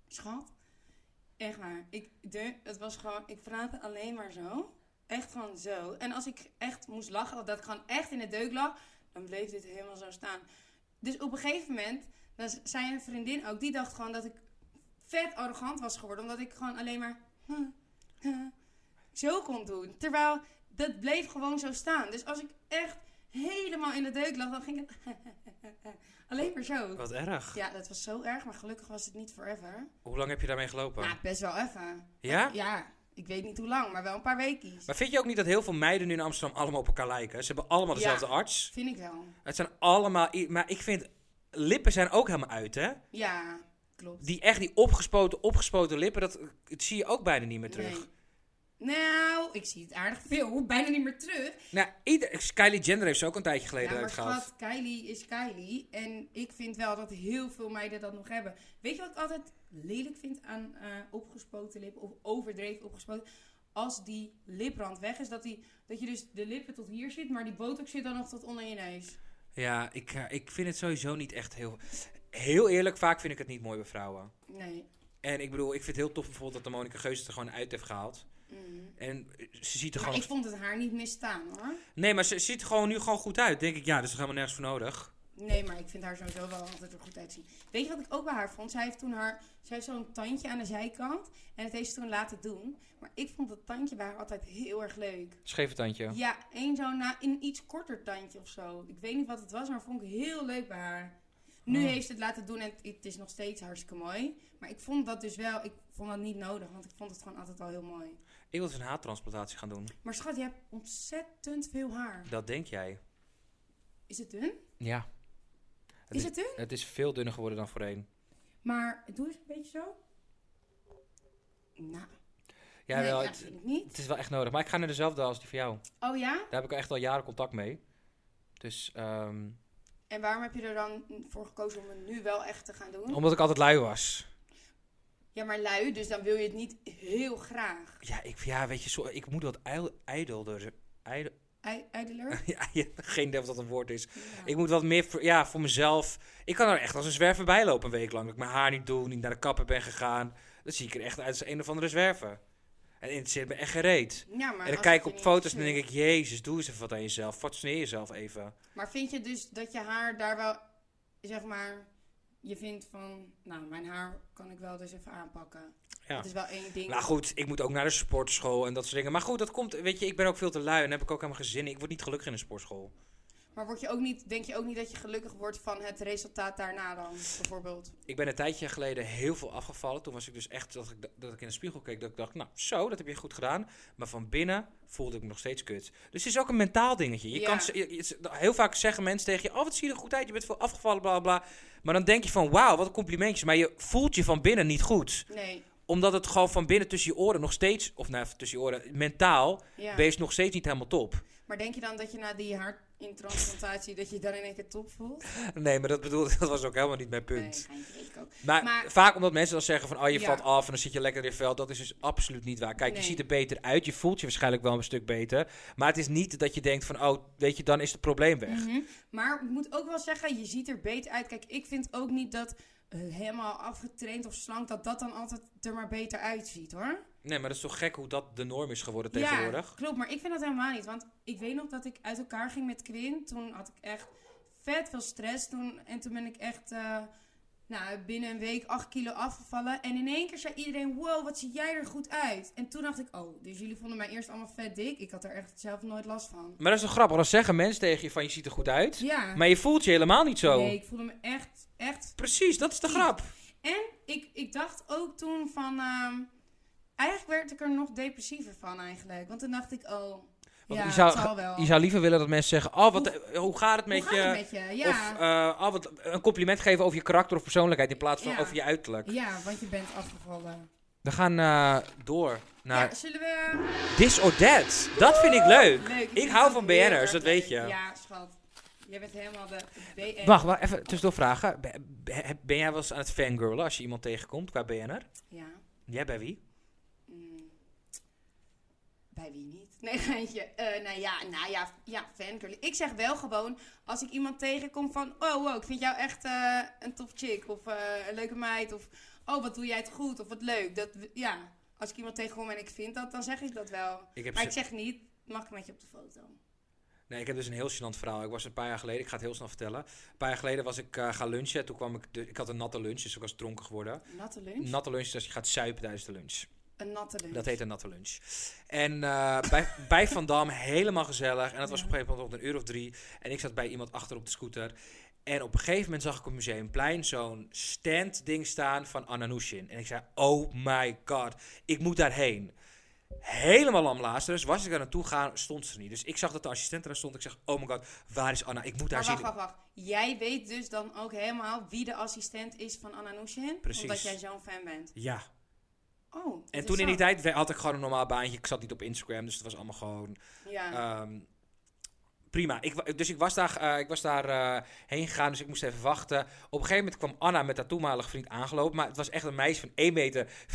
E: Schat, echt waar. Ik, de, het was gewoon, ik praatte alleen maar zo. Echt gewoon zo. En als ik echt moest lachen, dat ik gewoon echt in de deuk lag, dan bleef dit helemaal zo staan. Dus op een gegeven moment, dan z- zei een vriendin ook, die dacht gewoon dat ik vet arrogant was geworden. Omdat ik gewoon alleen maar huh, huh, zo kon doen. Terwijl dat bleef gewoon zo staan. Dus als ik echt helemaal in de deuk lag, dan ging het [laughs] alleen maar zo.
D: Wat erg.
E: Ja, dat was zo erg, maar gelukkig was het niet forever.
D: Hoe lang heb je daarmee gelopen?
E: Nou, best wel even.
D: ja?
E: Ja, ik weet niet hoe lang, maar wel een paar weekjes.
D: Maar vind je ook niet dat heel veel meiden nu in Amsterdam allemaal op elkaar lijken? Ze hebben allemaal
E: Ja.
D: dezelfde arts.
E: Vind ik wel.
D: Het zijn allemaal... i- Maar ik vind... Lippen zijn ook helemaal uit, hè?
E: Ja, klopt.
D: Die echt, die opgespoten, opgespoten lippen, dat, dat zie je ook bijna niet meer terug.
E: Nee. Nou, ik zie het aardig veel. [laughs] Bijna niet meer terug.
D: Nou, ieder, Kylie Jenner heeft ze ook een tijdje geleden
E: Ja, maar
D: uitgehaald.
E: schat, Kylie is Kylie. En ik vind wel dat heel veel meiden dat nog hebben. Weet je wat ik altijd lelijk vind aan eh, opgespoten lippen? Of overdreven opgespoten? Als die liprand weg is, dat, die, dat je dus de lippen tot hier zit, maar die botox zit dan nog tot onder je neus.
D: Ja, ik, eh, ik vind het sowieso niet echt heel... Heel eerlijk, vaak vind ik het niet mooi bij vrouwen.
E: Nee.
D: En ik bedoel, ik vind het heel tof bijvoorbeeld dat de Monica Geuze het er gewoon uit heeft gehaald. En eh, ze ziet er
E: Mhm. Maar
D: gewoon...
E: ik vond het haar niet misstaan hoor.
D: Nee, maar ze ziet er gewoon nu gewoon goed uit. denk ik, ja, dat is toch helemaal nergens voor nodig.
E: Nee, maar ik vind haar sowieso wel altijd er goed uitzien. Weet je wat ik ook bij haar vond? Zij heeft toen haar, zij heeft zo'n tandje aan de zijkant. En dat heeft ze toen laten doen. Maar ik vond dat tandje bij haar altijd heel erg leuk.
D: Scheef tandje.
E: Ja, één zo'n na in een iets korter tandje of zo. Ik weet niet wat het was, maar vond ik heel leuk bij haar. Nu heeft ze het laten doen en het is nog steeds hartstikke mooi. Maar ik vond dat dus wel, ik vond dat niet nodig, want ik vond het gewoon altijd al heel mooi.
D: Ik wil dus een haartransplantatie gaan doen.
E: Maar schat, je hebt ontzettend veel haar.
D: Dat denk jij.
E: Is het dun?
D: Ja. Het
E: Is het dun?
D: Het is veel dunner geworden dan voorheen.
E: Maar doe eens een beetje zo. Nou,
D: Ja,
E: nee,
D: wel,
E: ja,
D: het,
E: vind ik niet.
D: het is wel echt nodig. Maar ik ga naar dezelfde als die van jou.
E: Oh ja?
D: Daar heb ik echt al jaren contact mee. Dus, ehm,
E: En waarom heb je er dan voor gekozen om het nu wel echt te gaan doen?
D: omdat ik altijd lui was.
E: Ja, maar lui, dus dan wil je het niet heel graag.
D: Ja, ik, ja weet je, zo, ik moet wat ijl, ijdelder, ijl-
E: Ei- Eideler?
D: [laughs] Ja, ja, geen idee of dat een woord is. Ik moet wat meer voor, ja, voor mezelf. Ik kan er echt als een zwerver bij lopen een week lang. Dat ik mijn haar niet doe, niet naar de kapper ben gegaan. Dan zie ik er echt uit als een of andere zwerver. En het interesseert me echt gereed.
E: Ja, maar
D: en dan
E: als
D: kijk
E: het
D: ik
E: je
D: op
E: niet
D: foto's en dan denk
E: interesseert.
D: ik, jezus, doe eens even wat aan jezelf. Fatsoeneer jezelf even.
E: Maar vind je dus dat je haar daar wel, zeg maar, je vindt van, nou, mijn haar kan ik wel dus even aanpakken.
D: Ja.
E: Dat is wel één ding.
D: Nou goed, ik moet ook naar de sportschool en dat soort dingen. Maar goed, dat komt, weet je, ik ben ook veel te lui en heb ik ook helemaal geen zin in. Ik word niet gelukkig in een sportschool.
E: Maar word je ook niet, denk je ook niet dat je gelukkig wordt van het resultaat daarna dan, bijvoorbeeld?
D: Ik ben een tijdje geleden heel veel afgevallen. Toen was ik dus echt dat ik, dat ik in de spiegel keek. Dat ik dacht, nou zo, dat heb je goed gedaan. Maar van binnen voelde ik me nog steeds kut. Dus het is ook een mentaal dingetje. Je
E: Ja.
D: kan, z- je- je- heel vaak zeggen mensen tegen je: Oh, wat zie je er goed uit. Je bent veel afgevallen, bla bla. Maar dan denk je van: Wauw, wat een complimentjes. Maar je voelt je van binnen niet goed.
E: Nee.
D: Omdat het gewoon van binnen tussen je oren nog steeds, of nou even tussen je oren, mentaal,
E: Ja.
D: ben je nog steeds niet helemaal top.
E: Maar denk je dan dat je na die haartransplantatie, dat je je dan in één keer top voelt?
D: Nee, maar dat bedoelde, [laughs] dat was ook helemaal niet mijn
E: Nee,
D: punt.
E: geintje, weet ik ook.
D: Maar,
E: Maar-
D: vaak omdat mensen dan zeggen van, oh je
E: Ja.
D: valt af en dan zit je lekker in het veld. Dat is dus absoluut niet waar. Kijk,
E: Nee.
D: je ziet er beter uit. Je voelt je waarschijnlijk wel een stuk beter. Maar het is niet dat je denkt van, oh weet je, dan is het probleem weg.
E: Mhm. Maar ik moet ook wel zeggen, je ziet er beter uit. Kijk, ik vind ook niet dat eh, helemaal afgetraind of slank, dat dat dan altijd er maar beter uitziet hoor.
D: Nee, maar dat is toch gek hoe dat de norm is geworden tegenwoordig.
E: Ja, klopt. Maar ik vind dat helemaal niet. Want ik weet nog dat ik uit elkaar ging met Quinn. Toen had ik echt vet veel stress. Toen, en toen ben ik echt eh, nou, binnen een week 8 kilo afgevallen. En in één keer zei iedereen, wow, wat zie jij er goed uit. En toen dacht ik, oh, dus jullie vonden mij eerst allemaal vet dik. Ik had er echt zelf nooit last van.
D: Maar dat is toch grappig. Dan zeggen mensen tegen je van, je ziet er goed uit.
E: Ja.
D: Maar je voelt je helemaal niet zo.
E: Nee, ik voelde me echt, echt
D: Precies, dat is de grap.
E: En ik, ik dacht ook toen van... ehm, eigenlijk werd ik er nog depressiever van eigenlijk. Want toen dacht ik, oh,
D: Want
E: ja,
D: je, zou,
E: het zal wel.
D: je zou liever willen dat mensen zeggen, oh wat, hoe, gaat het met
E: Hoe gaat
D: je?
E: het met je? Ja.
D: Of eh, oh, wat, een compliment geven over je karakter of persoonlijkheid in plaats van
E: Ja.
D: over je uiterlijk.
E: ja, want je bent afgevallen.
D: We gaan eh, door naar
E: ja, zullen we...
D: This or That. Dat vind ik leuk.
E: Leuk.
D: Ik hou
E: vind
D: van
E: het heel
D: BN'ers,
E: erg
D: dat
E: leuk.
D: weet je.
E: Ja, schat. Jij bent helemaal de BN.
D: Wacht, wacht, even tussendoor vragen. Be- be- Ben jij wel eens aan het fangirlen als je iemand tegenkomt qua BN'er?
E: Ja.
D: Ja, bij wie?
E: mm. Bij wie niet? Nee, [laughs] geintje. Eh, nou ja, nou ja, ja, fangirl. Ik zeg wel gewoon, als ik iemand tegenkom van... Oh, wow, ik vind jou echt eh, een tof chick. Of eh, een leuke meid. Of, oh, wat doe jij het goed. Of wat leuk. Dat, ja, als ik iemand tegenkom en ik vind dat, dan zeg ik dat wel.
D: Ik heb
E: maar
D: ze-
E: ik zeg niet, mag ik met je op de foto?
D: Nee, ik heb dus een heel gênant verhaal. Ik was een paar jaar geleden, ik ga het heel snel vertellen. Een paar jaar geleden was ik eh, gaan lunchen. Toen kwam ik, de- ik had een natte lunch, dus ik was dronken geworden.
E: Een natte lunch?
D: Natte lunch is als je gaat suipen tijdens de lunch.
E: een natte lunch.
D: Dat heet een natte lunch. En eh, bij, [laughs] bij Van Dam helemaal gezellig. En dat was op een gegeven moment rond een uur of drie. En ik zat bij iemand achter op de scooter. En op een gegeven moment zag ik op het Museumplein zo'n stand ding staan van Ananushin. En ik zei, oh my god, ik moet daarheen. Helemaal lam laatste. Dus was ik daar naartoe gaan, stond ze er niet. Dus ik zag dat de assistent er stond. Ik zeg, oh my god, waar is Anna? Ik moet
E: maar
D: haar
E: wacht,
D: zien.
E: wacht, wacht. Jij weet dus dan ook helemaal wie de assistent is van Anna Nushin?
D: Precies.
E: Omdat jij zo'n fan bent.
D: Ja,
E: Oh,
D: en toen in die
E: interessant.
D: tijd we- had ik gewoon een normaal baantje. Ik zat niet op Instagram, dus het was allemaal gewoon
E: Ja.
D: Ehm, prima. Ik, wa- dus ik was daar, eh, ik was daar eh, heen gegaan, dus ik moest even wachten. Op een gegeven moment kwam Anna met haar toenmalige vriend aangelopen. Maar het was echt een meisje van 1,40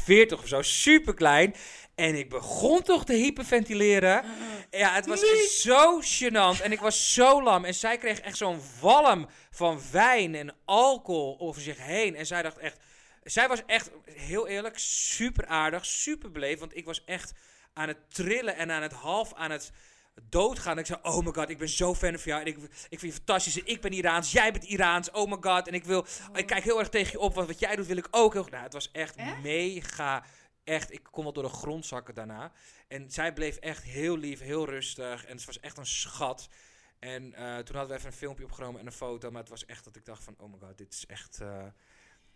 D: meter of zo, super klein. En ik begon toch te hyperventileren. Ja, het was zo gênant en ik was zo lam. En zij kreeg echt zo'n walm van wijn en alcohol over zich heen. En zij dacht echt... Zij was echt, heel eerlijk, super aardig, super beleefd. Want ik was echt aan het trillen en aan het half aan het doodgaan. En ik zei, oh my god, ik ben zo fan van jou. En ik, ik vind je fantastisch. En Ik ben Iraans, jij bent Iraans. Oh my god. En ik wil, ik kijk heel erg tegen je op. Want wat jij doet, wil ik ook heel Nou, het was echt,
E: Echt?
D: mega... Echt, ik kon wel door de grond zakken daarna. En zij bleef echt heel lief, heel rustig. En ze was echt een schat. En eh, toen hadden we even een filmpje opgenomen en een foto. Maar het was echt dat ik dacht van, oh my god, dit is echt... eh,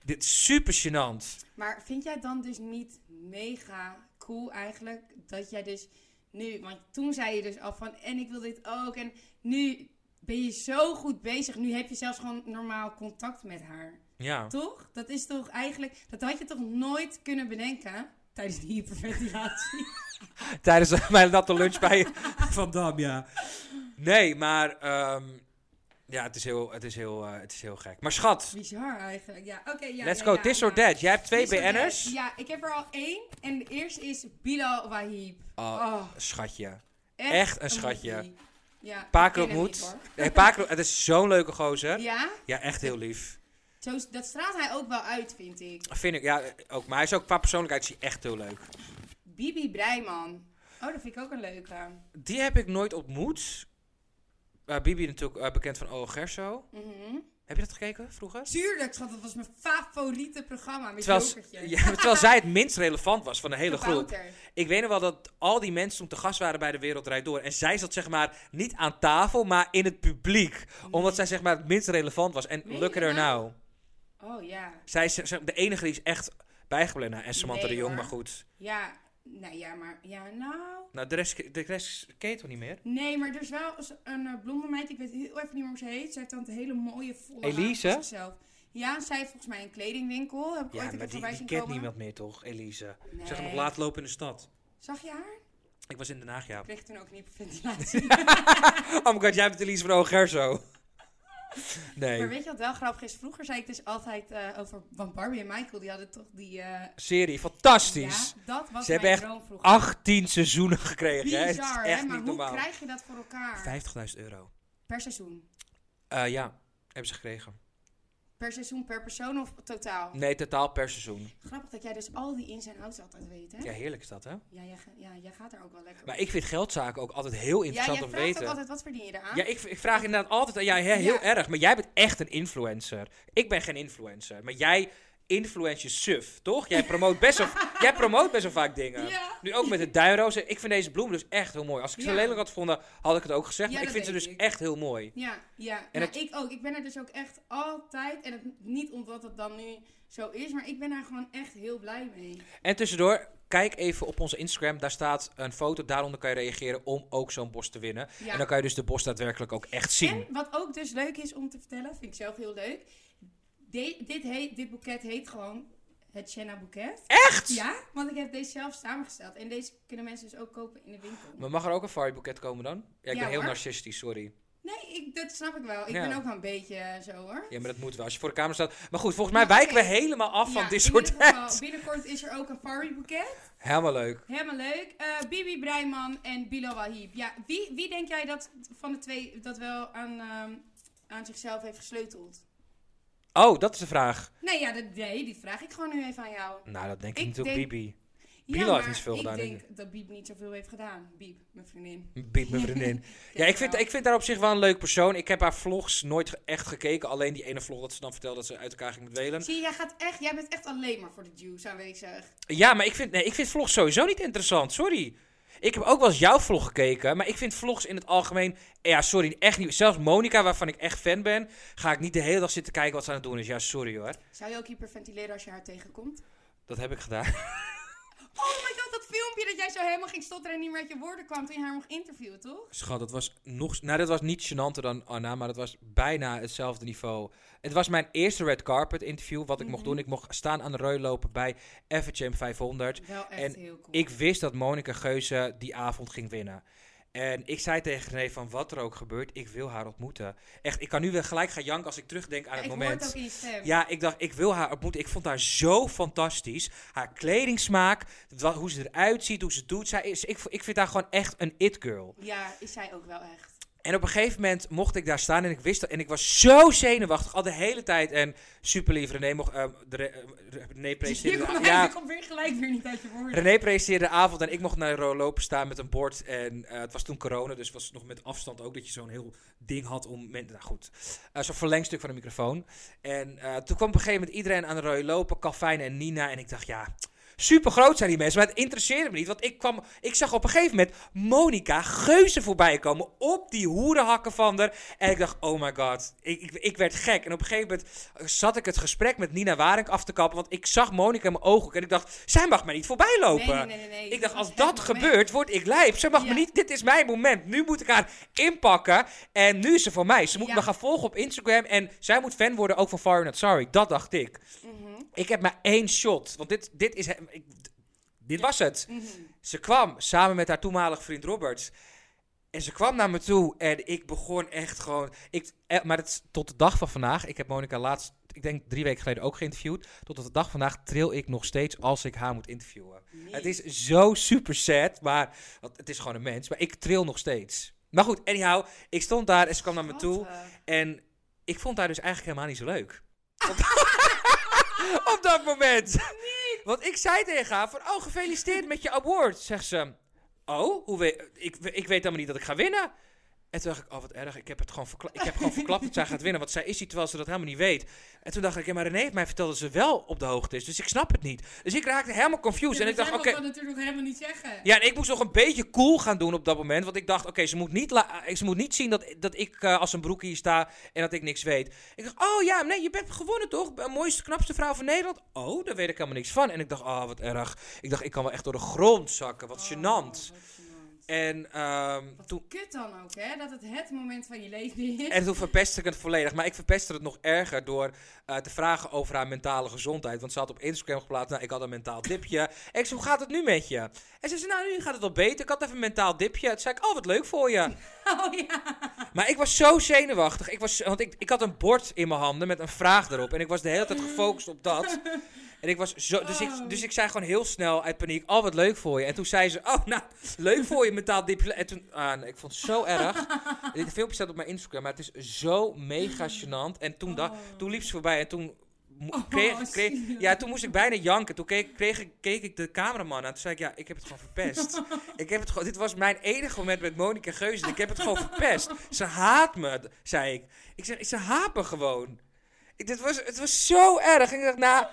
D: dit is super gênant.
E: Maar vind jij dan dus niet mega cool eigenlijk dat jij dus nu, want toen zei je dus al van en ik wil dit ook en nu ben je zo goed bezig. Nu heb je zelfs gewoon normaal contact met haar.
D: Ja.
E: Toch? Dat is toch eigenlijk, dat had je toch nooit kunnen bedenken tijdens die hyperventilatie?
D: [laughs] Tijdens [laughs] eh, mijn natte lunch bij [laughs] Van Dam, ja. Nee, maar ehm, ja, het is heel, het, is heel, eh, het is heel gek. Maar schat,
E: Bizar eigenlijk. Ja, oké. ja,
D: let's
E: ja,
D: go.
E: ja,
D: this
E: ja.
D: or that. Jij hebt twee
E: This or
D: BN'ers.
E: that. Ja, ik heb er al één. En de eerste is Bilal Wahib.
D: Oh,
E: Oh,
D: Schatje.
E: echt,
D: echt een
E: een
D: schatje.
E: moppie. Ja, ik
D: Paar
E: ken
D: keer
E: hem
D: ontmoet.
E: niet, hoor.
D: Nee, paar keer- het is zo'n leuke gozer.
E: Ja,
D: Ja, echt heel lief.
E: zo, is- dat straalt hij ook wel uit, vind ik.
D: Vind ik, ja, ook. Maar hij is ook qua persoonlijkheid is hij echt heel leuk.
E: Bibi Breiman. Oh, dat vind ik ook een leuke.
D: Die heb ik nooit ontmoet. Eh, Bibi natuurlijk eh, bekend van O. Gerso.
E: Mhm.
D: Heb je dat gekeken vroeger?
E: Tuurlijk, schat, dat was mijn favoriete programma met
D: Terwijl,
E: Jokertje.
D: [laughs] ja, maar terwijl
E: [laughs]
D: zij het minst relevant was van de hele groep.
E: Kabouter.
D: Ik weet nog wel dat al die mensen toen te gast waren bij de Wereld Rijd Door. En zij zat zeg maar niet aan tafel, maar in het publiek. Omdat zij zeg maar het minst relevant was. En
E: Meen je
D: look at her
E: nou?
D: now.
E: Oh ja.
D: Zij is zeg- de enige die is echt bijgebleven. Nou, en Samantha
E: Nee,
D: de Jong,
E: hoor.
D: maar goed.
E: Ja, nou ja, maar ja, nou.
D: Nou, de rest, de rest ken je toch niet meer?
E: Nee, maar er is wel eens een eh, blonde meid, ik weet heel even niet meer hoe ze heet. Zij heeft dan een hele mooie volle haar
D: Elise?
E: voor zichzelf. Ja, zij heeft volgens mij een kledingwinkel. Heb ik ooit
D: Ja, maar
E: een keer
D: die,
E: voorbij
D: die
E: zien
D: kent
E: komen.
D: niemand meer toch, Elise? Ik zag haar nog
E: Nee.
D: laat lopen in de stad.
E: Zag je haar?
D: Ik was in Den Haag, ja.
E: Ik kreeg toen ook niet op ventilatie.
D: Oh my god, jij bent Elise van Ogerzo.
E: maar
D: Nee,
E: weet je wat wel grappig is? Vroeger zei ik dus altijd eh, over... Want Barbie en Michael, die hadden toch die... eh,
D: serie, fantastisch.
E: Ja, dat was
D: Ze
E: mijn
D: hebben echt
E: droom vroeger.
D: 18 seizoenen gekregen, hè? Het is
E: Bizar,
D: echt
E: hè? Maar
D: niet
E: hoe
D: normaal.
E: krijg je dat voor elkaar?
D: 50.000 euro.
E: Per seizoen?
D: Eh, ja, hebben ze gekregen.
E: Per seizoen, per persoon of totaal?
D: Nee, totaal per seizoen.
E: Grappig dat jij dus al die ins en outs altijd weet, hè?
D: Ja, heerlijk is dat, hè?
E: Ja, jij, ga- ja, jij gaat er ook wel lekker
D: Maar
E: op.
D: ik vind geldzaken ook altijd heel
E: ja, jij
D: interessant om
E: vraagt
D: te weten.
E: ook altijd, wat verdien je eraan?
D: Ja, ik, ik vraag inderdaad altijd aan jij, hè, heel
E: Ja.
D: erg. Maar jij bent echt een influencer. Ik ben geen influencer. Maar jij influence je suf, toch? Jij promoot best wel,
E: [laughs]
D: jij promoot best wel vaak dingen.
E: Ja.
D: Nu ook met de duinrozen. Ik vind deze bloem dus echt heel mooi. Als ik ze
E: Ja.
D: lelijk had gevonden, had ik het ook gezegd.
E: Ja,
D: maar ik
E: dat
D: vind ze
E: weet
D: dus
E: ik.
D: echt heel mooi.
E: Ja, ja.
D: En
E: Nou,
D: het-
E: ik ook. Ik ben er dus ook echt altijd, en het, niet omdat het dan nu zo is, maar ik ben daar gewoon echt heel blij mee.
D: En tussendoor, kijk even op onze Instagram. Daar staat een foto. Daaronder kan je reageren om ook zo'n bos te winnen.
E: Ja.
D: En dan kan je dus de bos daadwerkelijk ook echt zien.
E: En wat ook dus leuk is om te vertellen, vind ik zelf heel leuk. De- dit, heet, dit boeket heet gewoon het Shenna boeket.
D: Echt?
E: Ja, want ik heb deze zelf samengesteld. En deze kunnen mensen dus ook kopen in de winkel.
D: Maar mag er ook een varieboeket komen dan? Ja, ik
E: Ja,
D: ben heel
E: hoor.
D: narcistisch, sorry.
E: Nee, ik, dat snap ik wel. Ik
D: Ja.
E: ben ook wel een beetje eh, zo hoor.
D: Ja, maar dat moet wel. Als je voor de camera staat. Maar goed, volgens mij
E: Ja,
D: wijken
E: oké.
D: we helemaal af van
E: Ja,
D: dit
E: in
D: soort
E: ieder geval,
D: ads.
E: Binnenkort is er ook een Farry boeket.
D: Helemaal leuk.
E: Helemaal leuk. Eh, Bibi Breiman en Bilal Wahib. Ja, wie, wie denk jij dat van de twee dat wel aan, ehm, aan zichzelf heeft gesleuteld?
D: Oh, dat is de vraag.
E: Nee, ja, dat, nee, die vraag ik gewoon nu even aan jou.
D: Nou, dat denk ik,
E: Ik
D: natuurlijk,
E: denk-
D: Bibi.
E: Ja,
D: Bilal heeft
E: maar
D: niet zoveel
E: ik
D: gedaan, denk
E: denk dat Biep niet zoveel heeft gedaan. Biep, mijn vriendin.
D: Bibi, mijn
E: [laughs]
D: vriendin. ja,
E: het
D: ik vind,
E: wel.
D: ik vind haar op zich wel een leuk persoon. Ik heb haar vlogs nooit ge- echt gekeken. Alleen die ene vlog dat ze dan vertelde dat ze uit elkaar ging met Welen.
E: Zie, je, jij, gaat echt, jij bent echt alleen maar voor de juice aanwezig.
D: Ja, maar ik vind, nee, ik vind vlogs sowieso niet interessant. Sorry. Ik heb ook wel eens jouw vlog gekeken. Maar ik vind vlogs in het algemeen. eh, Ja, sorry, echt niet. Zelfs Monica, waarvan ik echt fan ben. Ga ik niet de hele dag zitten kijken wat ze aan het doen is. Ja, sorry hoor.
E: Zou je ook hyperventileren als je haar tegenkomt?
D: Dat heb ik gedaan.
E: Oh my god, dat filmpje dat jij zo helemaal ging stotteren en niet meer uit je woorden kwam toen je haar mocht interviewen, toch?
D: Schat, dat was nog. Nou, dat was niet gênanter dan Anna, maar dat was bijna hetzelfde niveau. Het was mijn eerste red carpet interview. Wat ik mocht
E: Mhm.
D: doen, ik mocht staan aan de reu lopen bij FHM 500.
E: Wel echt
D: En
E: heel cool.
D: Ik wist dat Monica Geuze die avond ging winnen. En ik zei tegen René van wat er ook gebeurt, ik wil haar ontmoeten. Echt, ik kan nu weer gelijk gaan janken als ik terugdenk aan
E: Ja,
D: het
E: ik hoor
D: moment.
E: het ook in je stem.
D: Ja, ik dacht, ik wil haar ontmoeten. Ik vond haar zo fantastisch. Haar kledingsmaak, wa- hoe ze eruit ziet, hoe ze het doet. Zij is, ik, ik vind haar gewoon echt een it-girl.
E: Ja, is zij ook wel echt.
D: En op een gegeven moment mocht ik daar staan en ik wist dat. En ik was zo zenuwachtig al de hele tijd. En super lief, René mocht. ehm, de re- ehm, re- René
E: [laughs] Je
D: presenteerde.
E: komt
D: de- ja,
E: kom weer gelijk weer niet uit je woorden.
D: René presenteerde de avond en ik mocht naar de Ro lopen staan met een bord. En eh, het was toen corona, dus was het nog met afstand ook dat je zo'n heel ding had om. men- nou goed, eh, zo'n verlengstuk van de microfoon. En eh, toen kwam op een gegeven moment iedereen aan de Ro lopen, Calvijn en Nina. En ik dacht, ja. Super groot zijn die mensen, maar het interesseerde me niet. Want ik, kwam, ik zag op een gegeven moment Monica Geuze voorbij komen op die hoerenhakken van haar. En ik dacht, oh my god, ik, ik, ik werd gek. En op een gegeven moment zat ik het gesprek met Nina Waring af te kappen. Want ik zag Monica in mijn ogen ook. En ik dacht, zij mag mij niet voorbij lopen.
E: Nee, nee, nee, nee, nee.
D: Ik dacht,
E: was
D: als
E: het
D: dat
E: moment.
D: gebeurt, word ik lijp. Ze mag me
E: Ja.
D: niet, dit is mijn moment. Nu moet ik haar inpakken. En nu is ze van mij. Ze moet
E: Ja.
D: me gaan volgen op Instagram. En zij moet fan worden ook van Far Not Sorry. Dat dacht ik.
E: Mhm,
D: Ik heb maar één shot. Want dit, dit is... hem- Ik, dit was het.
E: mhm.
D: Ze kwam samen met haar toenmalig vriend Roberts. En ze kwam naar me toe en ik begon echt gewoon. Ik, eh, maar het, is tot de dag van vandaag, ik heb Monica laatst, ik denk drie weken geleden ook geïnterviewd. Tot op de dag van vandaag tril ik nog steeds als ik haar moet interviewen. Het is zo super sad, maar want het is gewoon een mens. Maar ik tril nog steeds. Maar goed, anyhow, ik stond daar en ze kwam naar me toe.
E: Wat, eh,
D: En ik vond haar dus eigenlijk helemaal niet zo leuk. Op, op dat [laughs] moment. Want ik zei tegen haar van, oh, gefeliciteerd met je award. Zegt ze, oh, hoe weet, ik, ik weet helemaal niet dat ik ga winnen. En toen dacht ik, oh, wat erg, ik heb het gewoon, verkla- ik heb gewoon verklapt dat zij gaat winnen. Want zij is die, terwijl ze dat helemaal niet weet. En toen dacht ik, ja, maar René heeft mij verteld dat ze wel op de hoogte is. Dus ik snap het niet. Dus ik raakte helemaal confused.
E: ja,
D: en ik
E: maar
D: dacht, oké,
E: zij mag dat natuurlijk nog helemaal niet zeggen.
D: ja, en ik moest nog een beetje cool gaan doen op dat moment. Want ik dacht, oké, ze, moet niet la- eh, ze moet niet zien dat, dat ik eh, als een broek hier sta en dat ik niks weet. Ik dacht, oh ja, nee, je bent gewonnen toch? B- Mooiste, knapste vrouw van Nederland? Oh, daar weet ik helemaal niks van. En ik dacht, oh, wat erg. Ik dacht, ik kan wel echt door de grond zakken. Wat gênant.
E: Oh, wat gênant.
D: En, ehm, toen,
E: Kut dan ook, hè? Dat het het moment van je leven is.
D: [laughs] en toen verpestte ik het volledig. Maar ik verpestte het nog erger door eh, te vragen over haar mentale gezondheid. Want ze had op Instagram geplaatst, nou, ik had een mentaal dipje. En ik zei, hoe gaat het nu met je? En ze zei, nou, nu gaat het wel beter. Ik had even een mentaal dipje. Toen zei ik, oh, wat leuk voor je.
E: [laughs] Oh ja.
D: Maar ik was zo zenuwachtig. Ik was, want ik, ik had een bord in mijn handen met een vraag erop. En ik was de hele tijd gefocust op dat. En ik was zo, dus, ik, dus ik zei gewoon heel snel uit paniek: Oh, wat leuk voor je. En toen zei ze: Oh, nou, leuk voor je mentaal diploma. En toen, ah, nee, ik vond het zo erg. Dit filmpje staat op mijn Instagram, maar het is zo mega gênant. En toen, dacht, toen liep ze voorbij en toen. mo- Kreeg, kreeg,
E: zielig.
D: ja, toen moest ik bijna janken. Toen keek, kreeg ik, keek ik de cameraman aan. Toen zei ik, ja, ik heb het gewoon verpest. ik heb het gewoon, dit was mijn enige moment met Monika Geuze. Ik heb het gewoon verpest. Ze haat me, d- zei ik. Ik zeg, ze haat me gewoon. Ik, dit was, het was zo erg. En ik dacht, nou,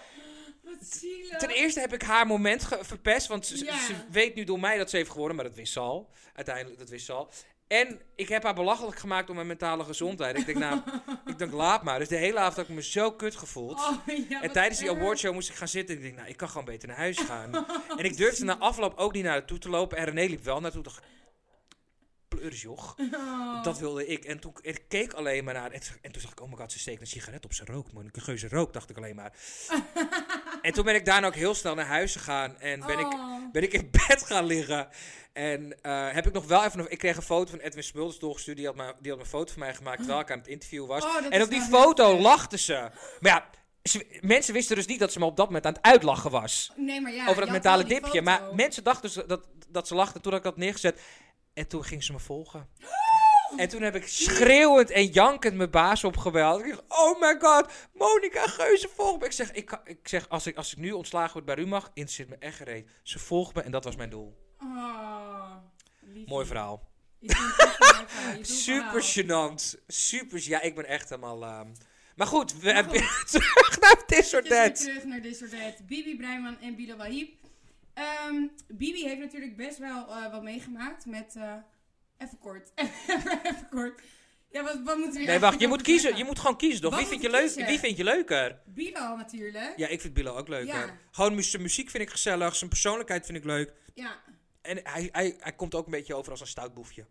E: Wat zielig.
D: Ten eerste heb ik haar moment ge- verpest, want ze, ze-
E: Ja.
D: ze weet nu door mij dat ze heeft geworden, maar dat wist ze al. Uiteindelijk, dat wist ze al. En ik heb haar belachelijk gemaakt om mijn mentale gezondheid. Ik denk,
E: [laughs]
D: nou, ik denk, laat maar. Dus de hele avond heb ik me zo kut gevoeld.
E: Oh, ja,
D: en
E: wat
D: tijdens die
E: erg.
D: awardshow moest ik gaan zitten. Ik denk, nou, ik kan gewoon beter naar huis gaan.
E: [laughs]
D: en ik durfde na afloop ook niet naar haar toe te lopen. En René liep wel naartoe. Dacht, ik, pleurisjoch.
E: Oh.
D: Dat wilde ik. En toen ik keek alleen maar naar. En, toen- en toen zag ik, oh my god, ze steekt een sigaret op. Ze rookt, man. Een geuze rook, dacht ik
E: [laughs]
D: alleen maar. en toen ben ik daarna ook heel snel naar huis gegaan. En ben, ik,
E: Oh.
D: ben ik in [laughs] bed gaan liggen. En eh, heb ik nog wel even. Ik kreeg een foto van Edwin Smulders doorgestuurd. Die had, maar, die had een foto van mij gemaakt terwijl ik aan het interview was.
E: Oh, dat
D: en
E: is
D: op die
E: wel
D: foto
E: heftig.
D: lachten ze. Maar ja, ze- mensen wisten dus niet dat ze me op dat moment aan het uitlachen was
E: Nee, maar
D: over
E: ja.
D: dat
E: je had
D: mentale
E: wel die
D: dipje.
E: foto.
D: Maar mensen dachten dus dat, dat ze lachten toen had ik dat neergezet. En toen ging ze me volgen. En toen heb ik schreeuwend en jankend mijn baas opgebeld. Ik zeg, oh my god, Monika Geuze volgt me. Ik zeg, ik, kan- ik zeg als, ik, als ik nu ontslagen word bij Rumach, in zit me echt gereed. Ze volgt me en dat was mijn doel.
E: Oh, liefie.
D: Mooi verhaal.
E: Je doet het echt mooi verhaal. Je doet
D: Super
E: het verhaal.
D: gênant. Super, ja, ik ben echt helemaal... ehm. Maar goed, we
E: Maar
D: hebben [laughs] terug naar dit soort
E: Eventjes weer
D: net.
E: terug naar dit soort tijd. Bibi Breiman en Bilal Wahib. Ehm, Bibi heeft natuurlijk best wel eh, wat meegemaakt met... eh, even kort. [laughs] even kort. Ja, wat, wat moeten we hier
D: Nee, wacht,
E: eigenlijk
D: je
E: over
D: moet kiezen.
E: zeggen?
D: Je moet gewoon kiezen, toch?
E: Wat
D: Wie
E: moet
D: vind je,
E: ik
D: leuk,
E: kiezen?
D: wie vind je leuker?
E: Bilal natuurlijk. Ja.
D: Ja, ik vind Bilo ook leuk.
E: Ja.
D: hè. Gewoon mu- zijn muziek vind ik gezellig, zijn persoonlijkheid vind ik leuk. En hij, hij, hij komt ook een beetje over als een stout boefje.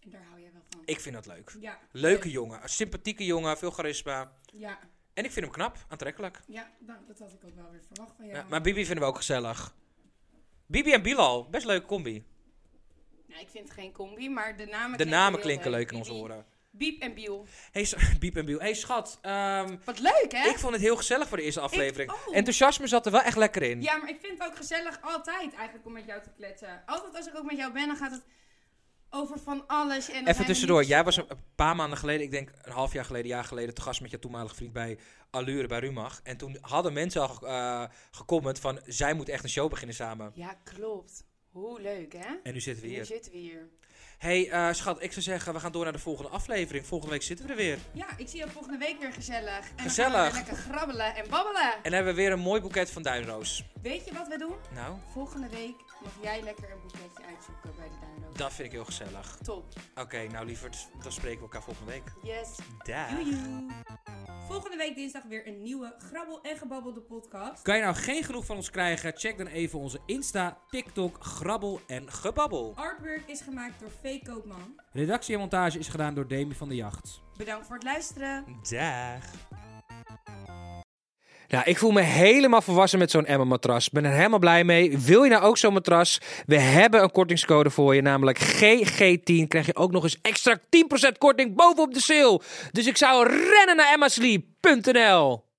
E: En daar hou jij wel van.
D: Ik vind dat leuk.
E: Ja.
D: Leuke jongen, een sympathieke jongen, veel charisma.
E: Ja.
D: En ik vind hem knap, aantrekkelijk.
E: Ja, nou, dat had ik ook wel weer verwacht van jou.
D: Ja, maar Bibi vinden we ook gezellig. Bibi en Bilal, best leuke combi.
E: Nou, ik vind het geen combi, maar de namen
D: De
E: klinken
D: namen
E: heel
D: klinken leuk in
E: Bibi-
D: onze oren.
E: Biep en Biel.
D: Hey, s- [laughs] Biep en Biel. Hey schat, ehm,
E: Wat leuk, hè?
D: ik vond het heel gezellig voor de eerste aflevering.
E: oh.
D: Enthousiasme zat er wel echt lekker in.
E: Ja, maar ik vind het ook gezellig altijd eigenlijk om met jou te kletsen. Altijd als ik ook met jou ben, dan gaat het over van alles. En dan zijn
D: Even
E: we
D: tussendoor,
E: niet-
D: jij was een een paar maanden geleden, ik denk een half jaar geleden, een jaar geleden, te gast met je toenmalige vriend bij Allure bij Rumach. En toen hadden mensen al ge- eh, gecomment van, zij moet echt een show beginnen samen.
E: Ja, klopt. Hoe leuk, hè?
D: En nu zitten we
E: Hier
D: hier.
E: zitten we hier.
D: hey, eh, schat, ik zou zeggen, we gaan door naar de volgende aflevering. Volgende week zitten we er weer.
E: Ja, ik zie je volgende week weer gezellig. En Dan gaan
D: Gezellig.
E: we lekker grabbelen en babbelen.
D: En dan hebben we weer een mooi boeket van Duinroos.
E: Weet je wat we doen?
D: Nou,
E: Volgende week mag jij lekker een boeketje uitzoeken bij de Duinroos.
D: dat vind ik heel gezellig.
E: Top.
D: Oké, nou lieverd, dan spreken we elkaar volgende week.
E: Yes.
D: Daag.
E: Joejoe. Volgende week dinsdag weer een nieuwe Grabbel en Gebabbel de podcast.
D: Kan je nou geen genoeg van ons krijgen? Check dan even onze Insta, TikTok, Grabbel en Gebabbel.
E: Artwork is gemaakt door V. Koopman.
D: Redactie en montage is gedaan door Demi van de Jacht.
E: Bedankt voor het luisteren.
D: Dag. Nou, ik voel me helemaal volwassen met zo'n Emma-matras. Ben er helemaal blij mee. Wil je nou ook zo'n matras? We hebben een kortingscode voor je, namelijk GG10. Krijg je ook nog eens extra 10% korting bovenop de sale. Dus ik zou rennen naar emmasleep.nl.